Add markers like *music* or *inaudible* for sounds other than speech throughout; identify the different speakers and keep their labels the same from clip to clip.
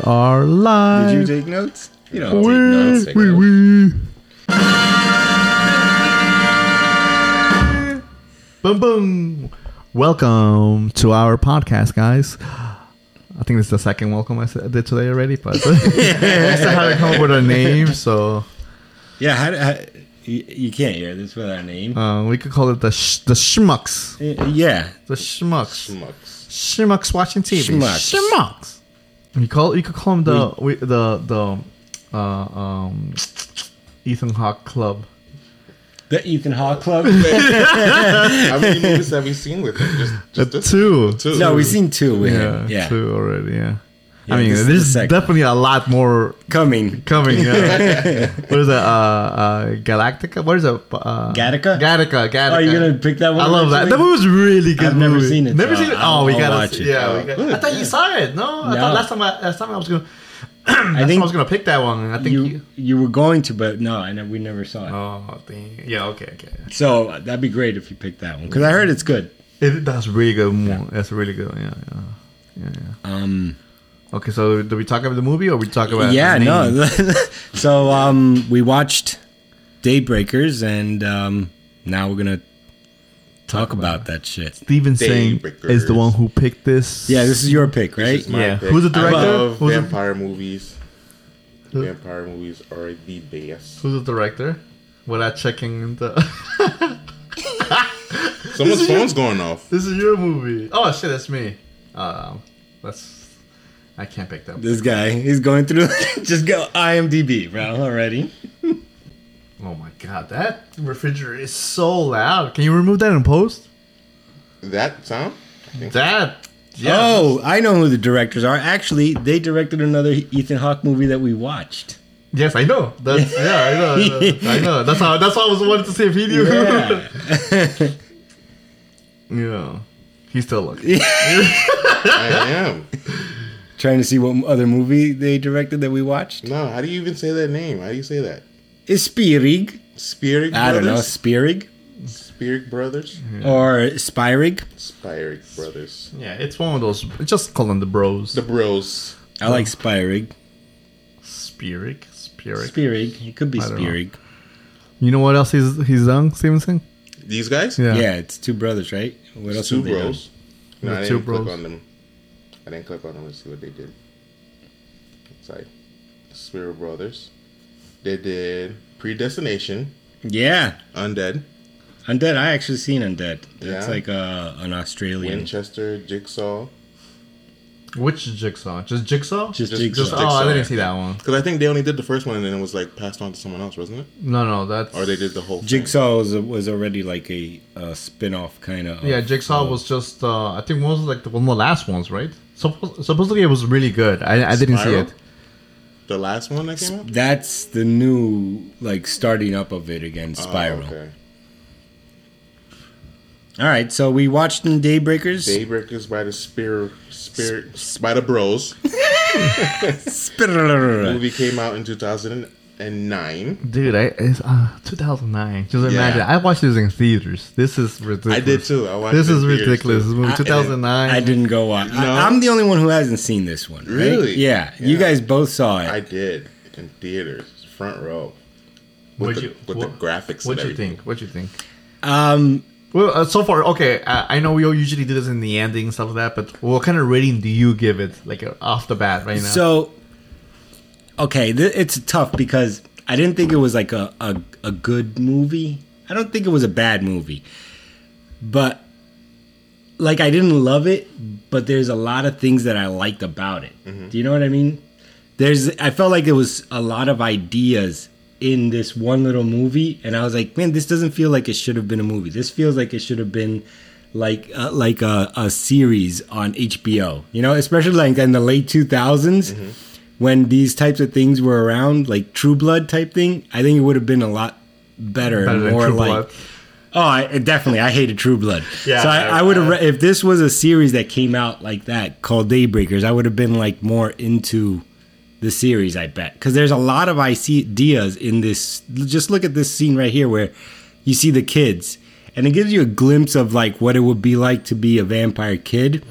Speaker 1: are live.
Speaker 2: Did you take notes? You know,
Speaker 1: Wee,
Speaker 3: notes, take
Speaker 1: wee,
Speaker 3: notes.
Speaker 1: wee. Boom, boom. Welcome to our podcast, guys. I think this is the second welcome I said- did today already, *laughs* but I still haven't come up with a name, so
Speaker 2: yeah. How, how, you, you can't hear this without a name.
Speaker 1: uh, we could call it the sh- the schmucks.
Speaker 2: Uh, yeah,
Speaker 1: The schmucks.
Speaker 3: Schmucks.
Speaker 1: Schmucks watching TV.
Speaker 2: Schmucks.
Speaker 1: Schmucks. You call you could call them the we, the the uh, um, Ethan Hawke Club.
Speaker 2: the Ethan Hawke
Speaker 1: *laughs*
Speaker 2: Club.
Speaker 3: How many movies have we seen with him? Just,
Speaker 2: *laughs*
Speaker 3: just this
Speaker 1: Two.
Speaker 3: two.
Speaker 2: no, we've seen two with
Speaker 1: Yeah,
Speaker 2: him. Yeah,
Speaker 1: two already. Yeah.
Speaker 2: Yeah,
Speaker 1: I mean,
Speaker 2: this is the
Speaker 1: there's
Speaker 2: second.
Speaker 1: definitely a lot more
Speaker 2: coming.
Speaker 1: coming. Yeah.
Speaker 2: *laughs*
Speaker 1: what is that? Uh, uh, Galactica? What is that? Uh,
Speaker 2: Gattaca?
Speaker 1: Gattaca. Gattaca.
Speaker 2: Oh, you're gonna pick that one.
Speaker 1: I love that.
Speaker 2: eventually?
Speaker 1: That movie was really good.
Speaker 2: I've never
Speaker 1: movie.
Speaker 2: seen it,
Speaker 1: Never
Speaker 2: so
Speaker 1: seen it.
Speaker 2: I'll-
Speaker 1: Oh, we
Speaker 2: I'll
Speaker 1: gotta.
Speaker 2: watch
Speaker 1: see-
Speaker 2: it.
Speaker 1: Yeah, we got. I thought you saw it. No, I
Speaker 2: No.
Speaker 1: thought last time. I, last time I was gonna. *clears throat* I
Speaker 2: think-
Speaker 1: I was gonna pick that one. and I think.
Speaker 2: you,
Speaker 1: you-
Speaker 2: you were going to, but no, I ne- we never saw it.
Speaker 1: Oh, dang. yeah. Okay, okay.
Speaker 2: So uh, that'd be great if you picked that one because I heard it's good.
Speaker 1: It, that's really good. one. That's really good. Yeah, yeah, yeah. yeah.
Speaker 2: Um,
Speaker 1: Okay, so do we talk about the movie or we talk about?
Speaker 2: yeah,
Speaker 1: the name?
Speaker 2: no. *laughs* so um, we watched Daybreakers, and um, now we're gonna talk, about, that shit.
Speaker 1: Steven
Speaker 3: Dave
Speaker 1: Singh is
Speaker 3: Rickers.
Speaker 1: the one who picked this.
Speaker 2: Yeah, this is your pick, right?
Speaker 3: It's my
Speaker 1: Yeah.
Speaker 3: pick.
Speaker 1: Who's the
Speaker 3: I
Speaker 1: director?
Speaker 3: love
Speaker 1: Who's the-
Speaker 3: vampire movies.
Speaker 1: Who-
Speaker 3: Vampire movies are the best.
Speaker 1: Who's the director? Without checking the. *laughs*
Speaker 2: *laughs*
Speaker 3: Someone's phone's going off.
Speaker 1: this is your movie. Oh shit, that's me. Um, that's. I can't pick that.
Speaker 2: This guy, he's going through. *laughs* just go IMDb, bro. Already.
Speaker 1: Oh my god, that refrigerator is so loud. Can you remove that in post?
Speaker 3: That
Speaker 1: *laughs*
Speaker 3: sound?
Speaker 1: That.
Speaker 2: Oh, I know who the directors are. Actually, they directed another Ethan Hawke movie that we watched.
Speaker 1: Yes, I know. That's yeah, I know. I know. I know. That's how. That's why I was wanted to see if he knew. *laughs* Yeah. He's still looking.
Speaker 3: I am.
Speaker 2: *laughs* Trying to see what other movie they directed that we watched.
Speaker 3: No, how do you even say that name? How do you say that?
Speaker 2: Spirig.
Speaker 3: Spirit
Speaker 2: I don't know.
Speaker 3: Brothers?
Speaker 2: Spirig
Speaker 3: Spirit Brothers?
Speaker 2: or Spirig.
Speaker 3: Spirit Brothers.
Speaker 1: Yeah, it's one of those. Just call them the bros.
Speaker 3: The Bros.
Speaker 2: I like Spirig.
Speaker 1: Spirik. Spirik.
Speaker 2: Spirig. It could be
Speaker 1: I don't know.
Speaker 2: Spirig.
Speaker 1: You know what else he's he's done, Stevenson?
Speaker 3: These guys?
Speaker 1: Yeah.
Speaker 2: Yeah. it's two brothers, right? What else?
Speaker 3: Two
Speaker 2: have they done?
Speaker 3: Bros. No,
Speaker 1: The
Speaker 3: I didn't
Speaker 1: Two
Speaker 3: click
Speaker 1: Bros.
Speaker 3: on them. I didn't click on them to see what they did. Sorry. Spirit Brothers. They did Predestination,
Speaker 2: Yeah,
Speaker 3: Undead,
Speaker 2: Undead. I actually seen Undead. That's
Speaker 3: Yeah.
Speaker 2: like uh, an Australian.
Speaker 3: Winchester, Jigsaw.
Speaker 1: Which Jigsaw? Just Jigsaw?
Speaker 2: Just,
Speaker 3: Just-
Speaker 2: Jigsaw.
Speaker 1: Just- oh, I
Speaker 3: Jigsaw.
Speaker 1: didn't see that one.
Speaker 3: Because I think they only did the first one and then it was like passed on to someone else, wasn't it?
Speaker 1: No, no, that's.
Speaker 3: Or they did the whole thing.
Speaker 2: Jigsaw was, was already like a, a spin off kind of.
Speaker 1: Yeah, Jigsaw was just. Uh, I think one was like the, one of the last ones, right? Suppo- supposedly it was really good. I, I didn't
Speaker 3: Spiral?
Speaker 1: see it.
Speaker 3: The last one that came out?
Speaker 2: That's the new like starting up of it again, Spiral.
Speaker 3: Oh, okay.
Speaker 2: All right, so we watched in Daybreakers.
Speaker 3: Daybreakers by the Spirit, Spirit, by the Bros.
Speaker 2: Spirrrr.
Speaker 3: movie came out in 2009.
Speaker 1: Dude, I, it's uh, 2009. Just imagine. I watched this in theaters. This is ridiculous.
Speaker 3: I did too. I watched
Speaker 1: This
Speaker 3: it in
Speaker 1: is
Speaker 3: theaters,
Speaker 1: ridiculous. This
Speaker 3: too.
Speaker 1: movie,
Speaker 2: I-
Speaker 1: 2009.
Speaker 2: I didn't go watch.
Speaker 3: No?
Speaker 2: I, am the only one who hasn't seen this one. right?
Speaker 3: Really?
Speaker 2: Yeah, You
Speaker 3: Yeah.
Speaker 2: guys both saw it.
Speaker 3: I did in theaters, front row. With,
Speaker 1: What'd
Speaker 3: the,
Speaker 1: you-
Speaker 3: with
Speaker 1: what-
Speaker 3: the graphics.
Speaker 1: What
Speaker 3: and
Speaker 1: you
Speaker 3: everything.
Speaker 1: think? What you think?
Speaker 2: um,
Speaker 1: Well, uh, so far, okay. Uh, I know we all usually do this in the ending and stuff like that, but what kind of rating do you give it, like uh, off the bat, right now?
Speaker 2: So, okay, th- it's tough because I didn't think it was like a, a, a good movie. I don't think it was a bad movie. But, like, I didn't love it, but there's a lot of things that I liked about it. Do you know what I mean? There's, I felt like it was a lot of ideas in this one little movie, and I was like, man, this doesn't feel like it should have been a movie. This feels like it should have been like uh, like a, a series on HBO. You know, especially like in the late two when these types of things were around, like True Blood type thing. I think it would have been a lot better,
Speaker 1: Better
Speaker 2: and
Speaker 1: than
Speaker 2: more
Speaker 1: True
Speaker 2: like.
Speaker 1: Blood.
Speaker 2: Oh, I, definitely. I hated True Blood.
Speaker 1: Yeah,
Speaker 2: so I,
Speaker 1: I-
Speaker 2: I would have
Speaker 1: I-
Speaker 2: re- if this was a series that came out like that called Daybreakers, I would have been like more into the series, I bet, because there's a lot of ideas in this. Just look at this scene right here where you see the kids, and it gives you a glimpse of like what it would be like to
Speaker 1: Mm-hmm.
Speaker 2: be a vampire kid.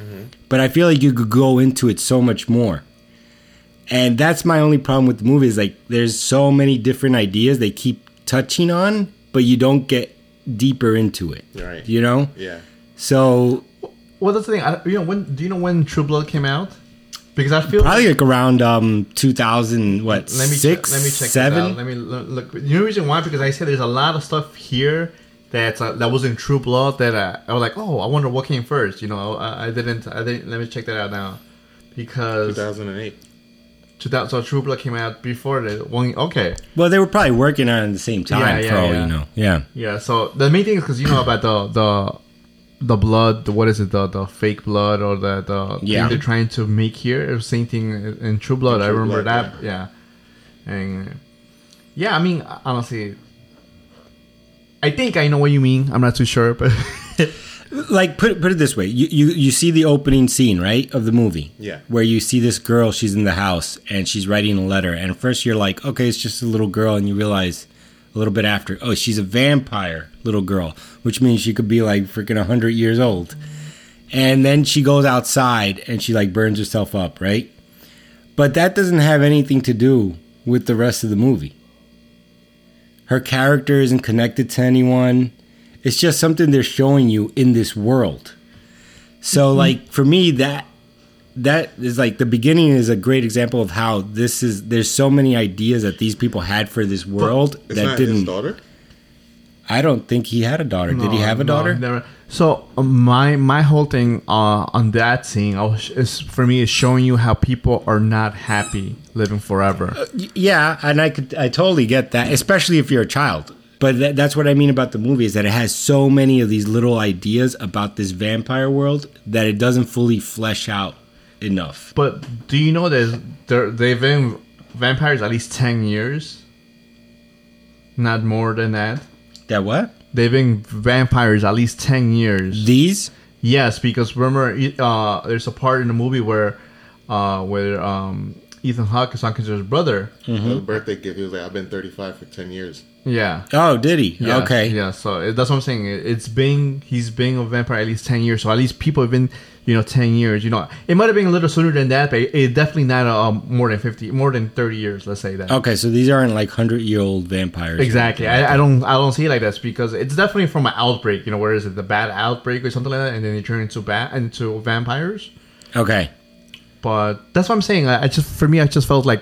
Speaker 2: But I feel like you could go into it so much more. And that's my only problem with the movie is like there's so many different ideas they keep touching on, but you don't get deeper into it.
Speaker 3: Right.
Speaker 2: You know?
Speaker 3: Yeah.
Speaker 2: So
Speaker 1: Well, that's the thing. I, you know, when do you know when True Blood came out? Because I feel
Speaker 2: probably like around um 2000 what
Speaker 1: let me
Speaker 2: six
Speaker 1: check, let me check this out.
Speaker 2: seven
Speaker 1: Let me lo- look. You know the reason why? Because I said there's a lot of stuff here that uh, that was in True Blood that uh, I was like, oh, I wonder what came first. You know, I, I didn't. I didn't. Let me check that out now. Because
Speaker 3: 2008.
Speaker 1: 2000, so True Blood came out before the one. Okay,
Speaker 2: well they were probably working on it at the same time
Speaker 1: Yeah,
Speaker 2: for
Speaker 1: yeah,
Speaker 2: all
Speaker 1: yeah.
Speaker 2: you know yeah
Speaker 1: yeah. So the main thing is because you know about the the the blood. The, what is it? The the fake blood or the the
Speaker 2: Yeah.
Speaker 1: thing they're trying to make here. Same thing in True Blood. I
Speaker 3: True
Speaker 1: remember
Speaker 3: Blood,
Speaker 1: that. Yeah. and yeah, I mean, honestly, I think I know what you mean. I'm not too sure, but
Speaker 2: like put put it this way you, you you see the opening scene right of the movie
Speaker 3: Yeah.
Speaker 2: where you see this girl she's in the house and she's writing a letter and at first you're like okay it's just a little girl and you realize a little bit after oh she's a vampire little girl which means she could be like freaking 100 years old and then she goes outside and she like burns herself up right but that doesn't have anything to do with the rest of the movie her character isn't connected to anyone. It's just something they're showing you in this world.
Speaker 1: Mm-hmm.
Speaker 2: So like for me that that is like the beginning is a great example of how this is there's so many ideas that these people had for this world
Speaker 3: It's
Speaker 2: that
Speaker 3: not his
Speaker 2: didn't
Speaker 3: daughter.
Speaker 2: I don't think he had a daughter. *laughs* Did he
Speaker 1: No,
Speaker 2: have a
Speaker 1: no,
Speaker 2: daughter?
Speaker 1: never. So uh, my my whole thing uh, on that scene I was, is for me is showing you how people are not happy living forever.
Speaker 2: Y- Yeah, and I could I totally get that, especially if you're a child. But that, that's what I mean about the movie is that it has so many of these little ideas about this vampire world that it doesn't fully flesh out enough.
Speaker 1: But do you know that there they've been vampires at least ten years? Not more than that.
Speaker 2: That what?
Speaker 1: They've been vampires at least ten years.
Speaker 2: These?
Speaker 1: Yes, because remember, e- uh, there's a part in the movie where, uh, where um, Ethan Hawke is talking to his brother.
Speaker 2: Mm-hmm.
Speaker 3: His birthday gift. He was like, I've been 35 for 10 years.
Speaker 1: Yeah.
Speaker 2: Oh, did he?
Speaker 1: Yeah,
Speaker 2: okay.
Speaker 1: Yeah, so it, that's what I'm saying. It, it's been he's been a vampire at least ten years. So at least people have been, you know, ten years. You know, it might have been a little sooner than that, but it, it definitely not uh, more than fifty, more than thirty years. Let's say that.
Speaker 2: Okay, so these aren't like hundred year old vampires.
Speaker 1: Exactly. I, I don't. I don't see it like this because it's definitely from an outbreak. You know, where is it? The bad outbreak or something like that, and then they turn into bat into vampires.
Speaker 2: Okay.
Speaker 1: but that's what I'm saying. I, I just for me, I just felt like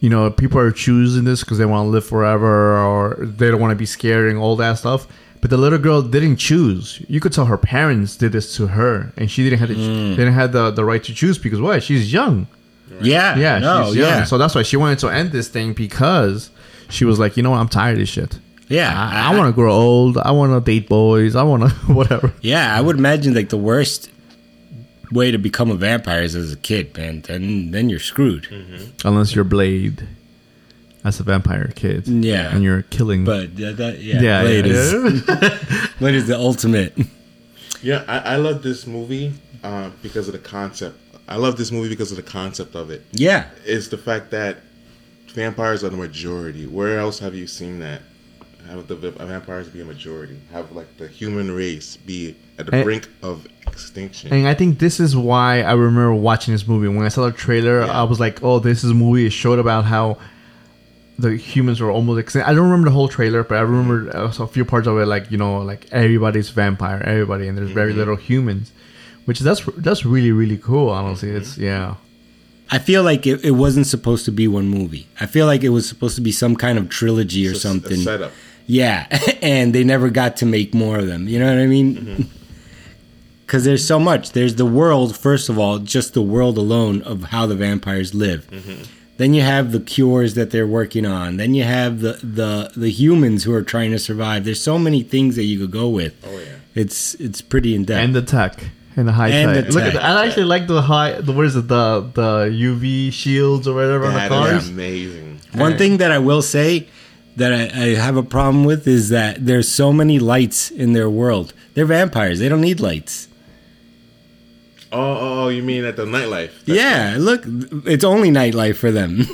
Speaker 1: you know people are choosing this because they want to live forever or they don't want to be scared and all that stuff. But the little girl didn't choose. You could tell her parents did this to her, and she didn't have the,
Speaker 2: Hmm.
Speaker 1: didn't have the, the right to choose because why? She's young.
Speaker 2: Yeah.
Speaker 1: Yeah,
Speaker 2: No.
Speaker 1: she's young.
Speaker 2: yeah.
Speaker 1: So that's why she wanted to end this thing because she was like, you know what, I'm tired of this shit.
Speaker 2: yeah.
Speaker 1: I, I want to grow old. I want to date boys. I want to *laughs* whatever.
Speaker 2: Yeah, I would imagine like the worst way to become a vampire is as a kid, man. Then then you're screwed.
Speaker 1: Mm-hmm. Unless you're Blade, as a vampire kid.
Speaker 2: Yeah.
Speaker 1: and you're killing.
Speaker 2: But that, that yeah,
Speaker 1: yeah,
Speaker 2: Blade
Speaker 1: yeah,
Speaker 2: is
Speaker 1: yeah. *laughs*
Speaker 2: Blade is the ultimate. *laughs*
Speaker 3: Yeah, I, I love this movie uh, because of the concept. I love this movie because of the concept of it.
Speaker 2: Yeah.
Speaker 3: It's the fact that vampires are the majority. Where else have you seen that? Have the v- vampires be a majority? Have like the human race be at the
Speaker 1: And-
Speaker 3: brink of extinction?
Speaker 1: And I think this is why I remember watching this movie. When I saw the trailer,
Speaker 3: Yeah.
Speaker 1: I was like, "Oh, this is a movie." It showed about how the humans were almost extinct. I don't remember the whole trailer, but I remember uh, so a few parts of it. Like you know, like everybody's vampire, everybody, and there's very
Speaker 2: Mm-hmm.
Speaker 1: little humans, which that's that's really really cool. Honestly,
Speaker 2: Mm-hmm.
Speaker 1: it's yeah.
Speaker 2: I feel like it, it wasn't supposed to be one movie. I feel like it was supposed to be some kind of trilogy or
Speaker 3: It's a- a
Speaker 2: something.
Speaker 3: setup.
Speaker 2: Yeah, *laughs* and they never got to make more of them. You know what I *laughs* mean? Because there's so much. There's the world, first of all, just the world alone of how the vampires live. Then you have the cures that they're working on. Then you have the, the the humans who are trying to survive. There's so many things that you could go with.
Speaker 3: Oh, yeah.
Speaker 2: it's it's pretty in depth.
Speaker 1: And the tech and the high
Speaker 2: And
Speaker 1: tech.
Speaker 2: the
Speaker 1: Look at
Speaker 2: tech.
Speaker 1: that. I actually like the high. The, what is it? The the UV shields or whatever on the
Speaker 3: That
Speaker 1: cars.
Speaker 3: is amazing.
Speaker 2: One thing that I will say that I, I have a problem with is that there's so many lights in their world. They're vampires. They don't need lights.
Speaker 3: Oh, oh, oh, you mean at the nightlife? That-
Speaker 2: yeah, look, it's only nightlife for them. *laughs*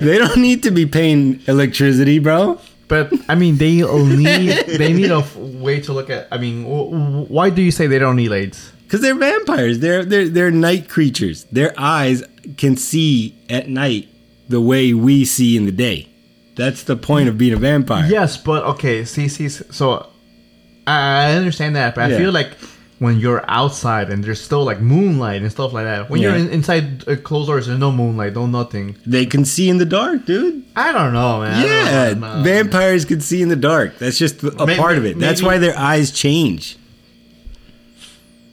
Speaker 2: they don't need to be paying electricity, bro.
Speaker 1: But I mean,
Speaker 2: *laughs*
Speaker 1: they need they need a f- way to look at. I mean, w- w- why do you say they don't need lights?
Speaker 2: Because they're vampires. They're they're they're night creatures. Their eyes can see at night the way we see in the day. That's the point of being a vampire.
Speaker 1: Yes, but okay. See, see. So I I understand that, but
Speaker 2: Yeah.
Speaker 1: I feel like when you're outside and there's still like moonlight and stuff like that. When you're
Speaker 2: Yeah.
Speaker 1: in, inside uh, closed doors, there's no moonlight, no nothing.
Speaker 2: They can see in the dark, dude.
Speaker 1: I don't know, man. I don't
Speaker 2: Yeah,
Speaker 1: know, man.
Speaker 2: vampires can see in the dark. That's just a
Speaker 1: May-
Speaker 2: part of it. That's
Speaker 1: maybe-
Speaker 2: why their eyes change.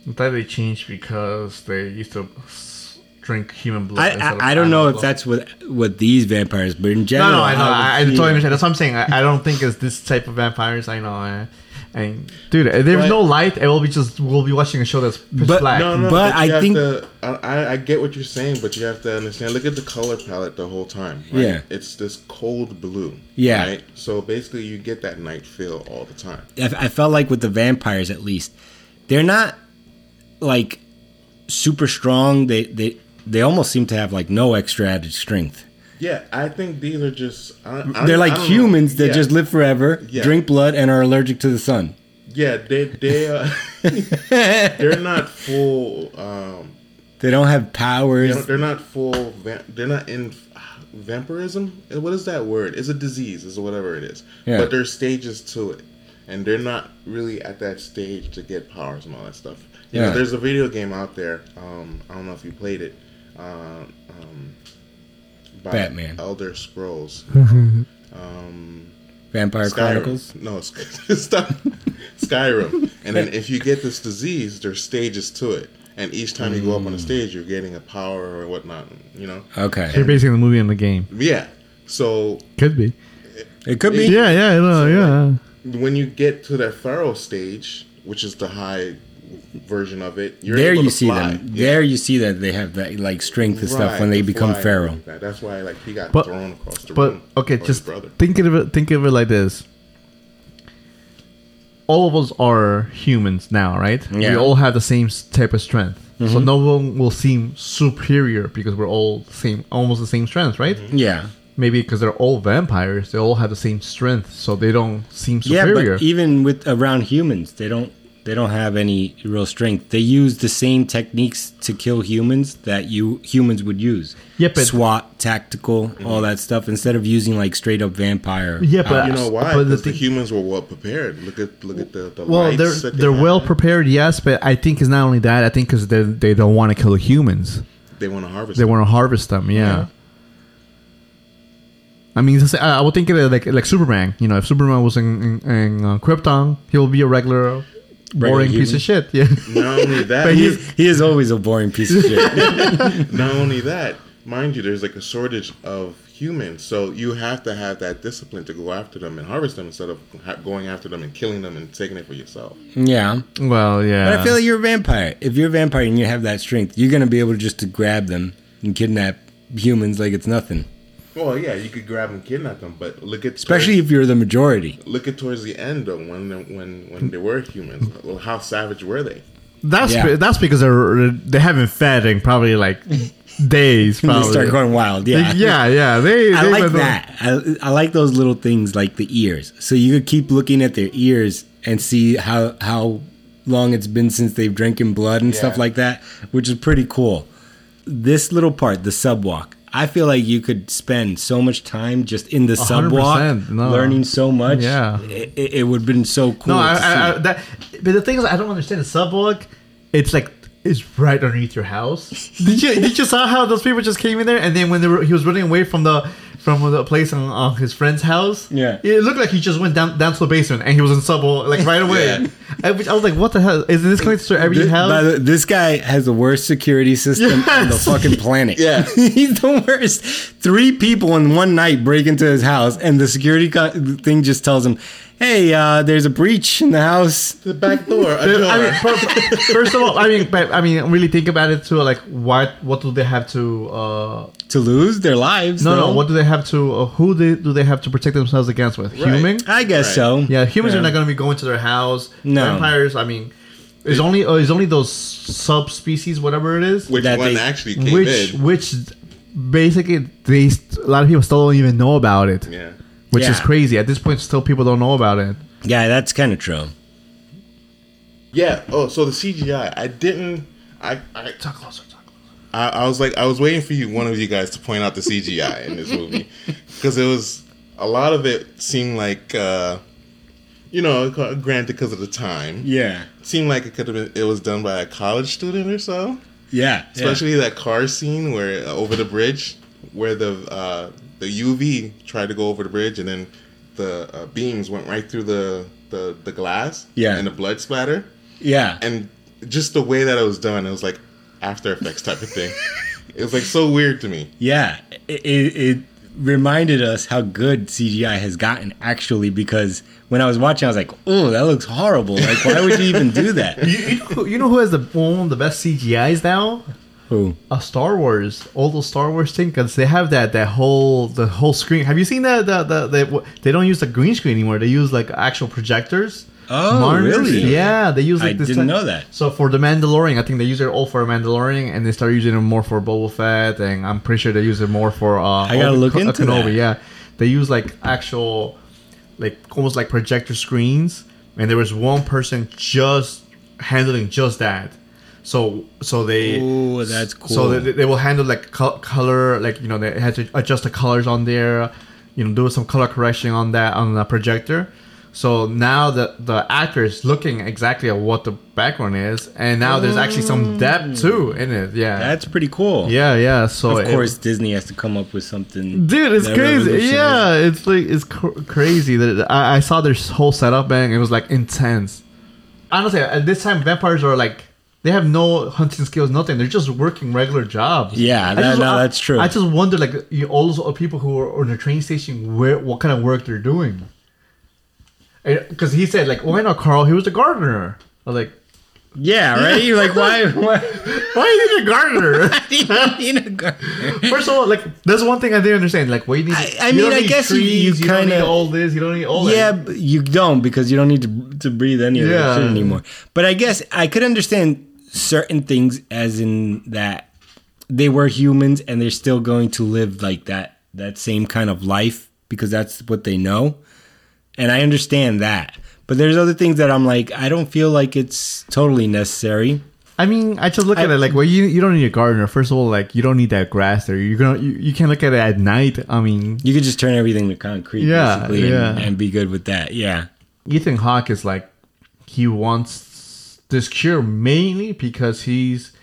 Speaker 1: I thought they changed because they used to s- drink human blood.
Speaker 2: I
Speaker 1: instead of
Speaker 2: I, I don't
Speaker 1: animal
Speaker 2: know if
Speaker 1: blood.
Speaker 2: that's what what these vampires, but in
Speaker 1: No,
Speaker 2: general,
Speaker 1: no, I know.
Speaker 2: would
Speaker 1: I, I
Speaker 2: feel-
Speaker 1: totally understand. That's what I'm saying. I, I don't think it's this type of vampires. I know. eh. And dude, if there's
Speaker 3: But-
Speaker 1: no light. It will be just we'll be watching a show that's pitch
Speaker 2: But-
Speaker 1: black.
Speaker 3: No, no,
Speaker 2: But I
Speaker 3: you have
Speaker 2: think-
Speaker 3: to, I, I- I get what you're saying, but you have to understand. Look at the color palette the whole time. right?
Speaker 2: Yeah.
Speaker 3: it's this cold blue.
Speaker 2: Yeah.
Speaker 3: right? so basically you get that night feel all the time.
Speaker 2: I, I felt like with the vampires at least, they're not like super strong. They they they almost seem to have like no extra added strength.
Speaker 3: Yeah, I think these are just I, I-
Speaker 2: They're
Speaker 3: I
Speaker 2: like
Speaker 3: don't know.
Speaker 2: humans that
Speaker 3: Yeah.
Speaker 2: just live forever,
Speaker 3: Yeah.
Speaker 2: drink blood, and are allergic to the
Speaker 3: *laughs*
Speaker 2: sun.
Speaker 3: Yeah, they they
Speaker 2: *laughs*
Speaker 3: uh, *laughs* they're not full. Um,
Speaker 2: They don't have
Speaker 3: they
Speaker 2: powers.
Speaker 3: don't- they're not full. va- They're not in uh, vampirism. Eh, What is that word? It's a disease. Is whatever it is.
Speaker 2: Yeah.
Speaker 3: But there's stages to it, and they're not really at that stage to get powers and all that stuff. You
Speaker 2: Yeah.
Speaker 3: know, there's a video game out there. Um, I don't know if you played it. Um, um, by
Speaker 2: Batman.
Speaker 3: Elder Scrolls. um,
Speaker 2: Vampire Chronicles.
Speaker 3: No, *laughs* Sky- stop. Skyrim. And then if you get this disease, there's stages to it. And each time you go
Speaker 2: Mm.
Speaker 3: up on a stage, you're getting a power or whatnot, you know?
Speaker 1: You're
Speaker 2: Okay,
Speaker 1: basing the movie on the game.
Speaker 3: Yeah. So
Speaker 1: Could be.
Speaker 2: it could be.
Speaker 1: Yeah, yeah, no, yeah.
Speaker 3: when you get to that Pharaoh stage, which is the high version of it, you're
Speaker 2: there
Speaker 3: able
Speaker 2: you
Speaker 3: to
Speaker 2: see
Speaker 3: fly.
Speaker 2: them.
Speaker 3: Yeah.
Speaker 2: There you see that they have that like strength and stuff
Speaker 3: Right,
Speaker 2: when they
Speaker 3: to
Speaker 2: become
Speaker 3: fly and
Speaker 2: feral.
Speaker 3: everything like that. That's why, like, he got
Speaker 1: But-
Speaker 3: thrown across the
Speaker 1: But
Speaker 3: room.
Speaker 1: okay,
Speaker 3: or his
Speaker 1: just
Speaker 3: brother.
Speaker 1: think of it. Think of it like this. All of us are humans now, right?
Speaker 2: Yeah. Mm-hmm.
Speaker 1: We all have the same s- type of strength, so no one will seem superior because we're all the same, almost the same strength, right?
Speaker 2: Yeah.
Speaker 1: Maybe because they're all vampires, they all have the same strength, so they don't seem superior.
Speaker 2: Yeah, but e-, even with around humans, they don't they don't have any real strength. They use the same techniques to kill humans that you humans would use.
Speaker 1: Yeah, but-
Speaker 2: SWAT, tactical, all that stuff instead of using like straight up vampire.
Speaker 1: Yeah, but-
Speaker 3: You know why?
Speaker 1: But the
Speaker 3: 'Cause the,
Speaker 1: thing-
Speaker 3: humans were well prepared. Look at look at the, the
Speaker 1: well,
Speaker 3: lights
Speaker 1: they're
Speaker 3: that they
Speaker 1: they're well
Speaker 3: had.
Speaker 1: prepared, yes, but I think it's not only that. I think because they they don't want to kill humans.
Speaker 3: They want to harvest.
Speaker 1: they want to harvest them. Yeah. I mean, it's- I I would think of it like like Superman. You know, if Superman was in, in, in uh, Krypton, he'll be a regular, boring piece
Speaker 2: human.
Speaker 1: of shit. Yeah. *laughs*
Speaker 3: Not only that,
Speaker 2: He is, he is always a boring piece of shit.
Speaker 3: *laughs* not only that, mind you, there's like a shortage of humans, so you have to have that discipline to go after them and harvest them instead of ha- going after them and killing them and taking it for yourself.
Speaker 2: yeah. Uh,
Speaker 1: well, yeah.
Speaker 2: But I feel like you're a vampire. If you're a vampire and you have that strength, you're going to be able to just to grab them and kidnap humans like it's nothing.
Speaker 3: Well, yeah, you could grab and kidnap them, but look at
Speaker 2: Especially if you're the majority.
Speaker 3: look at towards the end though when when when they were humans, well, how savage were they?
Speaker 1: that's
Speaker 2: Yeah.
Speaker 1: that's because they're they haven't fed in probably
Speaker 2: *laughs*
Speaker 1: like days.
Speaker 2: They
Speaker 1: Probably.
Speaker 2: start going wild.
Speaker 1: yeah, yeah. They.
Speaker 2: I
Speaker 1: they
Speaker 2: like
Speaker 1: went on-
Speaker 2: that. I, I like those little things like the ears. So you could keep looking at their ears and see how how long it's been since they've drinking blood and stuff
Speaker 3: Yeah.
Speaker 2: like that, which is pretty cool. This little part, the sub walk, I feel like you could spend so much time just in the sub walk,
Speaker 1: 100%, no.
Speaker 2: learning so much.
Speaker 1: Yeah.
Speaker 2: it, it- it would have been so cool.
Speaker 1: No,
Speaker 2: to
Speaker 1: I, I, I,
Speaker 2: see.
Speaker 1: that. But the thing is, I don't understand the subwalk. It's like it's right underneath your
Speaker 2: *laughs*
Speaker 1: house. did you did you saw how those people just came in there and then when they were, he was running away from the from the place on, on his friend's house?
Speaker 2: Yeah.
Speaker 1: it looked like he just went down down to the basement and he was in subwalk like right away.
Speaker 3: Yeah.
Speaker 1: *laughs* I, was- I was like, what the hell? Is this going to every
Speaker 2: Th-
Speaker 1: house?
Speaker 2: by the- this guy has the worst security system on the
Speaker 1: Yes.
Speaker 2: fucking planet.
Speaker 3: Yeah.
Speaker 2: *laughs* he's the worst. Three people in one night break into his house, and the security co- thing just tells him, "Hey, uh, there's a breach in the house."
Speaker 3: The back door. *laughs* ajar.
Speaker 1: I
Speaker 2: *laughs*
Speaker 1: mean, fir- first of all, I mean, but, I mean, really think about it too. Like, what what do they have to? Uh,
Speaker 2: To lose their lives?
Speaker 1: no, no, what do they have to? Uh, who they, do they have to protect themselves against with?
Speaker 3: Right.
Speaker 1: Human?
Speaker 2: I guess
Speaker 3: Right.
Speaker 2: so.
Speaker 1: Yeah, humans
Speaker 2: Yeah.
Speaker 1: are not going to be going to their house.
Speaker 2: No.
Speaker 1: Vampires, I mean, it's only uh, it's only those subspecies, whatever it is,
Speaker 3: which
Speaker 2: that
Speaker 3: one
Speaker 2: they-
Speaker 3: actually came
Speaker 1: which
Speaker 3: in?
Speaker 1: which basically they st- a lot of people still don't even know about it,
Speaker 3: Yeah,
Speaker 1: which is
Speaker 2: Yeah.
Speaker 1: crazy. At this point, still people don't know about it.
Speaker 2: Yeah, that's kind of true.
Speaker 3: Yeah. Oh, so the CGI. I didn't. I I,
Speaker 1: Talk closer. Talk closer.
Speaker 3: I I was like I was waiting for you one of you guys to point out the CGI
Speaker 2: *laughs*
Speaker 3: in this movie because it was a lot of it seemed like uh, you know granted because of the time
Speaker 2: Yeah.
Speaker 3: seemed like it could have been it was done by a college student or so
Speaker 2: Yeah.
Speaker 3: especially that car scene where uh, over the bridge where the uh, the UV tried to go over the bridge and then the uh, beams went right through the, the the glass
Speaker 2: Yeah.
Speaker 3: and the blood splatter
Speaker 2: Yeah.
Speaker 3: and just the way that it was done it was like After Effects type
Speaker 2: *laughs*
Speaker 3: of thing it was like so weird to me
Speaker 2: Yeah, it, it, it reminded us how good CGI has gotten actually because when I was watching, I was like, "Oh, that looks horrible! Like, why would you even do that?"
Speaker 1: You, you, know, who- you know who has the one of the best CGIs now?
Speaker 2: Who?
Speaker 1: A Star Wars, all those Star Wars things, 'cause they have that that whole the whole screen. Have you seen that? The, the, the, they don't use the green screen anymore. They use like actual projectors.
Speaker 2: Oh, really?
Speaker 1: Yeah, they use like
Speaker 2: I
Speaker 1: this. type-
Speaker 2: didn't know that.
Speaker 1: So for the Mandalorian, I think they use it all for Mandalorian, and they start using it more for Boba Fett, and I'm pretty sure they use it more for. Uh, I
Speaker 2: gotta look into
Speaker 1: Kenobi.
Speaker 2: that.
Speaker 1: Yeah, they use like actual, like almost like projector screens, and there was one person just handling just that. So so they.
Speaker 2: Ooh, that's cool.
Speaker 1: So they, they will handle like co- color, like you know they had to adjust the colors on there, you know do some color correction on that on the projector. So now the the actor is looking exactly at what the background is, and now there's actually some depth too in it. Yeah,
Speaker 2: That's pretty cool.
Speaker 1: yeah, yeah. So
Speaker 2: Mm. Of
Speaker 1: it-
Speaker 2: course, Disney has to come up with something.
Speaker 1: Dude, it's
Speaker 2: that
Speaker 1: crazy.
Speaker 2: revolutionary.
Speaker 1: Yeah, it's like it's cr- crazy that it- I, I saw their whole setup and it was like intense. Honestly, at this time, vampires are like they have no hunting skills, nothing. They're just working regular jobs.
Speaker 2: Yeah,
Speaker 1: I
Speaker 2: that- no, that's true.
Speaker 1: I just wonder, like, you, all those other people who are on the train station, where what kind of work they're doing? Because he said, like, why not Carl? He was the gardener. I was like, *laughs*
Speaker 2: Yeah, right. You're like, why? Why?
Speaker 1: why
Speaker 2: *laughs*
Speaker 1: is he the gardener? *laughs*
Speaker 2: you need a gardener?
Speaker 1: First of all, like, that's one thing I didn't understand. Like, why you need?
Speaker 2: I- I
Speaker 1: you don't
Speaker 2: mean, I
Speaker 1: need
Speaker 2: guess you-
Speaker 1: trees,
Speaker 2: you
Speaker 1: don't
Speaker 2: kinda-
Speaker 1: need all this. You don't need all that.
Speaker 2: Yeah, but you don't because you don't need to to breathe any of that
Speaker 1: Yeah.
Speaker 2: shit anymore. But I guess I could understand certain things, as in that they were humans and they're still going to live like that that same kind of life because that's what they know, and I understand that. But there's other things that I'm like, I don't feel like it's totally necessary.
Speaker 1: I mean, I just look at it like, well, you you don't need a gardener. First of all, like you don't need that grass there. You're gonna you, you can look at it at night. I mean,
Speaker 2: You could just turn everything to concrete,
Speaker 1: Yeah,
Speaker 2: basically, And,
Speaker 1: yeah.
Speaker 2: and be good with that. Yeah,
Speaker 1: Ethan Hawke is like he wants this cure mainly because he's.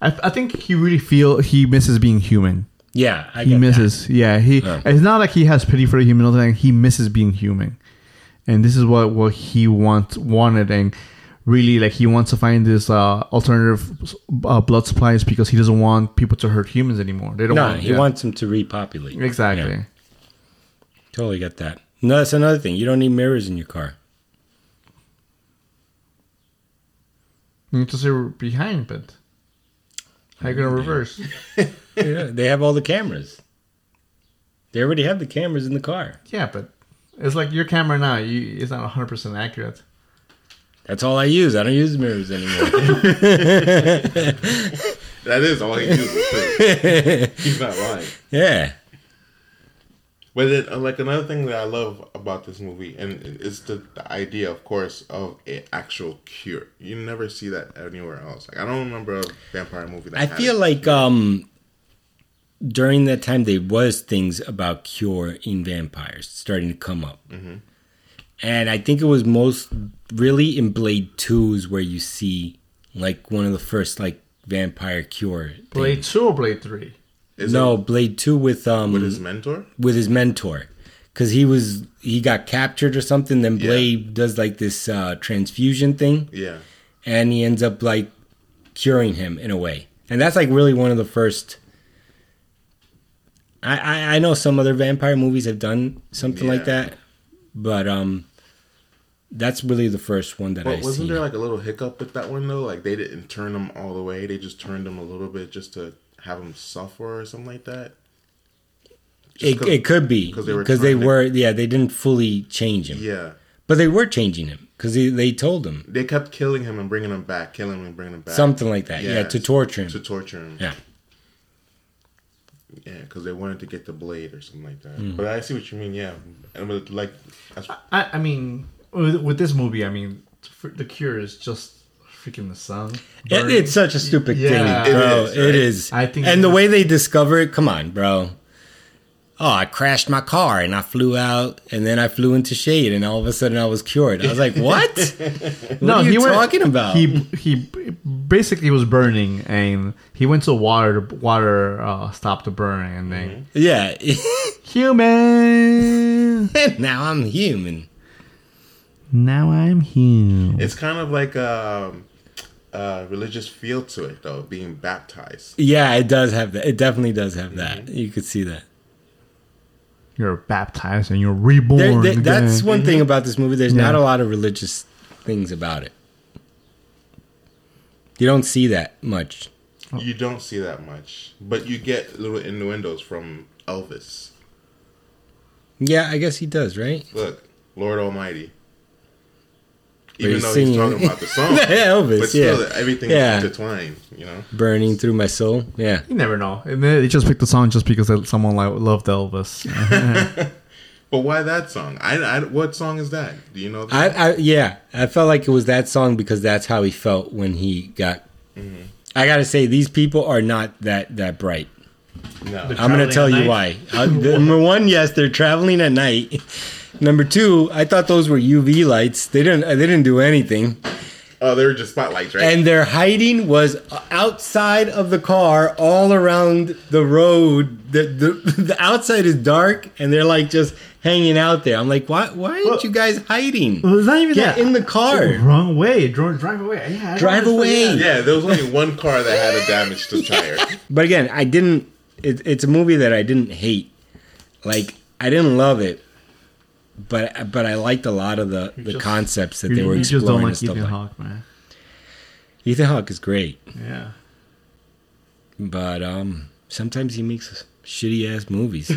Speaker 1: I, I think he really feel he misses being human.
Speaker 2: yeah. I
Speaker 1: He
Speaker 2: get that.
Speaker 1: misses, yeah. He it's not like he has pity for the human. or anything. He misses being human, and this is what what he wants wanted and really like he wants to find this uh, alternative uh, blood supplies because he doesn't want people to hurt humans anymore. They don't.
Speaker 2: No,
Speaker 1: want,
Speaker 2: he
Speaker 1: yeah.
Speaker 2: wants them to repopulate.
Speaker 1: Exactly.
Speaker 2: Yeah. Totally get that. No, that's another thing. You don't need mirrors in your car.
Speaker 1: You need to say behind, but how you gonna reverse?
Speaker 2: Yeah, they have all the cameras. They already have the cameras in the car.
Speaker 1: yeah, but it's like your camera now. You, it's not one hundred percent accurate.
Speaker 2: That's all I use. I don't use mirrors anymore. *laughs*
Speaker 3: that is all he uses too.
Speaker 2: *laughs*
Speaker 3: he's not lying
Speaker 2: yeah.
Speaker 3: but it, uh, like another thing that I love about this movie and it's the, the idea of course of an actual cure you never see that anywhere else like I don't remember a vampire movie that
Speaker 2: I
Speaker 3: had
Speaker 2: feel
Speaker 3: it.
Speaker 2: like um during that time there was things about cure in vampires starting to come up.
Speaker 3: Mm-hmm.
Speaker 2: And I think it was most really in Blade 2s where you see like one of the first like vampire cure. thing.
Speaker 1: Blade two or blade three?
Speaker 3: Is
Speaker 2: no, Blade 2 with um
Speaker 3: it his mentor
Speaker 2: with his mentor because he was he got captured or something then blade does like this uh transfusion thing
Speaker 3: yeah
Speaker 2: and he ends up like curing him in a way and that's like really one of the first i i, I know some other vampire movies have done something like
Speaker 3: Yeah.
Speaker 2: that but um that's really the first one that
Speaker 3: But
Speaker 2: i see
Speaker 3: wasn't there like a little hiccup with that one though? Like they didn't turn them all the way; they just turned them a little bit just to have them suffer or something like that. Just
Speaker 2: it,
Speaker 3: 'cause-
Speaker 2: it could be
Speaker 3: 'cause they were
Speaker 2: because they
Speaker 3: trying to-
Speaker 2: were yeah they didn't fully change him
Speaker 3: Yeah,
Speaker 2: but they were changing him because they, they told him
Speaker 3: they kept killing him and bringing him back, killing him and bringing him back,
Speaker 2: something like that yeah, to torture him
Speaker 3: to torture him.
Speaker 2: yeah
Speaker 3: Yeah, because they wanted to get the blade or something like
Speaker 2: Mm.
Speaker 3: that. But I see what you mean. Yeah, and with, like that's,
Speaker 1: I, I mean, with, with this movie, I mean, for the cure is just freaking the sun.
Speaker 2: It, it's such a stupid
Speaker 1: Yeah.
Speaker 2: thing, bro.
Speaker 3: It is,
Speaker 2: It
Speaker 3: right?
Speaker 2: is.
Speaker 1: I think
Speaker 2: and the
Speaker 1: it's-
Speaker 2: way they discover it, come on, bro. Oh, I crashed my car and I flew out, and then I flew into shade, and all of a sudden I was cured. I was
Speaker 1: *laughs*
Speaker 2: like, "What? what are you
Speaker 1: went-
Speaker 2: talking about?"
Speaker 1: He he basically was burning, and he went to water. Water uh, stopped the burning, and then
Speaker 2: yeah, *laughs*
Speaker 1: human.
Speaker 2: now I'm human.
Speaker 1: now I'm human.
Speaker 3: It's kind of like um, a religious feel to it, though, being baptized.
Speaker 2: Yeah, it does have that. It definitely does have that.
Speaker 3: Mm-hmm.
Speaker 2: You could see that.
Speaker 1: You're baptized and you're reborn.
Speaker 2: There, there- that's
Speaker 1: again.
Speaker 3: Mm-hmm.
Speaker 2: one thing about this movie. There's not
Speaker 1: Yeah.
Speaker 2: a lot of religious things about it. You don't see that much.
Speaker 3: You don't see that much, but you get little innuendos from Elvis.
Speaker 2: Yeah, I guess he does, right?
Speaker 3: Look, Lord Almighty.
Speaker 2: But
Speaker 3: Even
Speaker 2: he's
Speaker 3: though
Speaker 2: singing-
Speaker 3: he's talking about the song,
Speaker 2: Elvis,
Speaker 3: but
Speaker 2: *laughs*
Speaker 3: still,
Speaker 2: yeah.
Speaker 3: everything
Speaker 2: Yeah.
Speaker 3: is intertwined. You know,
Speaker 2: Burning through my soul. Yeah.
Speaker 1: You never know. And they they just picked the song just because that someone like loved *laughs* Elvis.
Speaker 3: but why that song? I, I what song is that? Do you know? that?
Speaker 2: I, I yeah, I felt like it was that song because that's how he felt when he got.
Speaker 1: Mm-hmm.
Speaker 2: I gotta say, these people are not that that bright.
Speaker 3: no.
Speaker 2: I'm gonna
Speaker 1: Traveling
Speaker 2: tell
Speaker 1: at
Speaker 2: you
Speaker 1: night?
Speaker 2: why. Uh, number one, yes, they're traveling at night. *laughs* Number two, I thought those were UV lights. They didn't. uh, They didn't do anything.
Speaker 3: Oh, they were just spotlights, right?
Speaker 2: And their hiding was uh, outside of the car, all around the road. The, the, *laughs* the outside is dark, and they're like just hanging out there. I'm like, why? Why aren't you guys hiding?
Speaker 1: Well, it's not even
Speaker 2: Get
Speaker 1: that.
Speaker 2: in the car.
Speaker 1: Wrong way. Drive, drive away. Yeah, I don't
Speaker 2: Drive
Speaker 1: understand
Speaker 2: away.
Speaker 1: that.
Speaker 3: yeah, there was only one car that had a damage to tire.
Speaker 2: But again, I didn't. It, it's a movie that I didn't hate. Like I didn't love it, but but I liked a lot of the, the
Speaker 1: just-
Speaker 2: concepts that
Speaker 1: You,
Speaker 2: they were
Speaker 1: you just don't
Speaker 2: exploring and
Speaker 1: like
Speaker 2: stuff
Speaker 1: Ethan
Speaker 2: like.
Speaker 1: Hawke, man.
Speaker 2: Ethan Hawke is great,
Speaker 1: Yeah.
Speaker 2: but um, sometimes he makes shitty ass movies.